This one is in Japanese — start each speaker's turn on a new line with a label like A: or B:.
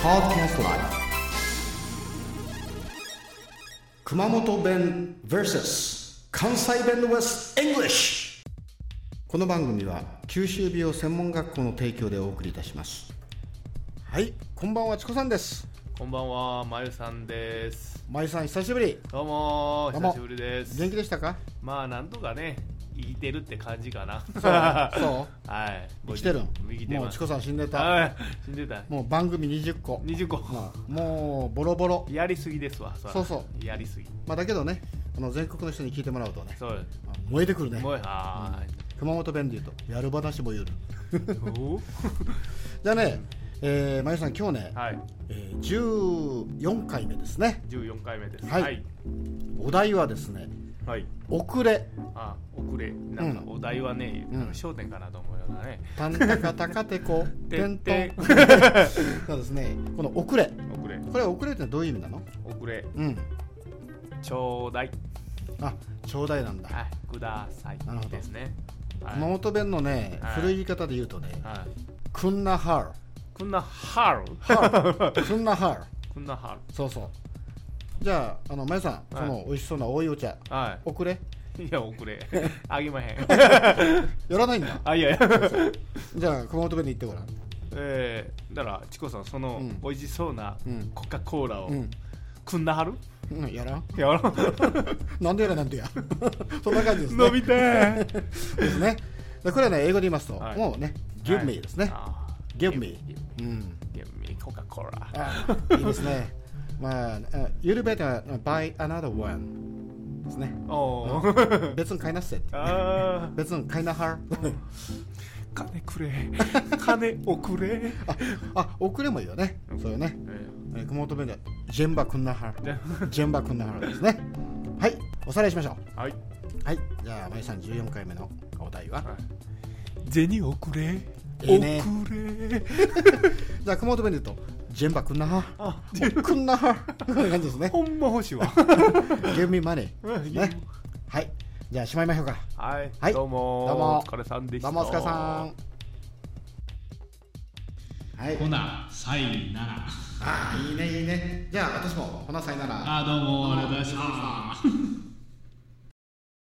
A: Podcast Live 熊本弁 vs 関西弁 vs English この番組は九州美容専門学校の提供でお送りいたしますはいこんばんはチコさんです
B: こんばんは、まゆさんです。
A: まゆさん久しぶり
B: どうもー
A: どうも
B: 久しぶりです。
A: 元気でしたか
B: まあ、なんとかね、生きてるって感じかな。
A: そ
B: はい。
A: 生きてるん
B: 生きて
A: も
B: ま
A: うチ
B: す。
A: コさん死んでた
B: はい、死んでた。
A: もう番組20個
B: 20個。
A: まあもうボロボロ
B: やりすぎですわ。。
A: そうそう
B: やりすぎ。
A: まあだけどねあの全国の人に聞いてもらうとね
B: そう。
A: まあ燃えてくるね
B: もう、は
A: 熊本弁で言うとやる話も言う
B: ーい。お
A: じゃあね、えー、まゆさん、今日ね、
B: はい。
A: えー、14回目ですね、
B: 14回目です。
A: はい
B: はい。
A: お題はですね、
B: はい
A: 遅れ、
B: あ、遅れ。なんか
A: う、ん
B: お題はね、
A: うん
B: 焦点かなと思うようなね。
A: たんたかたかてこ、て
B: て
A: ん
B: ん
A: と
B: てん
A: ん、そうですね、この遅れ、
B: 遅れ。
A: これ、遅れってのはどういう意味なの
B: 遅れ。
A: うん、
B: ちょうだい。
A: あちょうだいなんだ、
B: はい。ください。
A: なるほど
B: ですね。はい
A: 熊本弁のね、
B: はい
A: 古い言い方で言うとね、
B: はい。
A: くんなは
B: こんなハロ
A: る、はる、くんなはる、
B: こんなハ
A: そうそう。じゃあ、あのまゆさん、
B: は
A: そ
B: い
A: の美味しそうなおいお茶、
B: ロは
A: 遅れ、
B: い。いや、遅れ。 あげまへ ん。
A: やらないんだ、
B: あ、いやいや。
A: じゃあ、熊本弁で言ってごらん。
B: えー、だから、チコさん、その、
A: うん
B: 美味しそうな
A: うん
B: コカ・コーラを、
A: うん
B: くんなはる
A: うん、やらん
B: や ろ
A: なんでやらなんでや そんな感じですね
B: 飲み たい。
A: ですねでこれはね英語で言いますと、
B: はい
A: もうね give me ですね、
B: あー
A: give me
B: give
A: うん、
B: give me コカ・コーラ。
A: あーいいですね まあ、uh, you'd better buy another one ですね
B: おー。
A: 別に買いなっせって
B: あー
A: 別に買いなはる
B: 金くれ。金をくれ。
A: あ遅れもいいよねそうよね
B: え
A: えー熊本弁ではジェンバくんなは
B: ジ
A: る
B: ェ
A: ジェンバくんなはるですねはいおさらいしましょ
B: ーはいう
A: はいじゃあまゆさん14回目のお題は
B: はい。銭をくれ。
A: いいね
B: おくれ。
A: じゃあ熊本弁で言うとジェンバくんなはる
B: あ、
A: くんなはる こんな感じですね
B: ほんま欲しいわ。
A: Give me money
B: うん
A: ねはいじゃあしまいましょうか
B: はい、
A: はい
B: どうもー
A: どうも
B: お疲れさんでした
A: どうもお疲れさんはい
C: ほな、さいなら。
A: ああいいねいいねじゃあ私もほなさいなら
C: あ、どうも、ありがとうございました。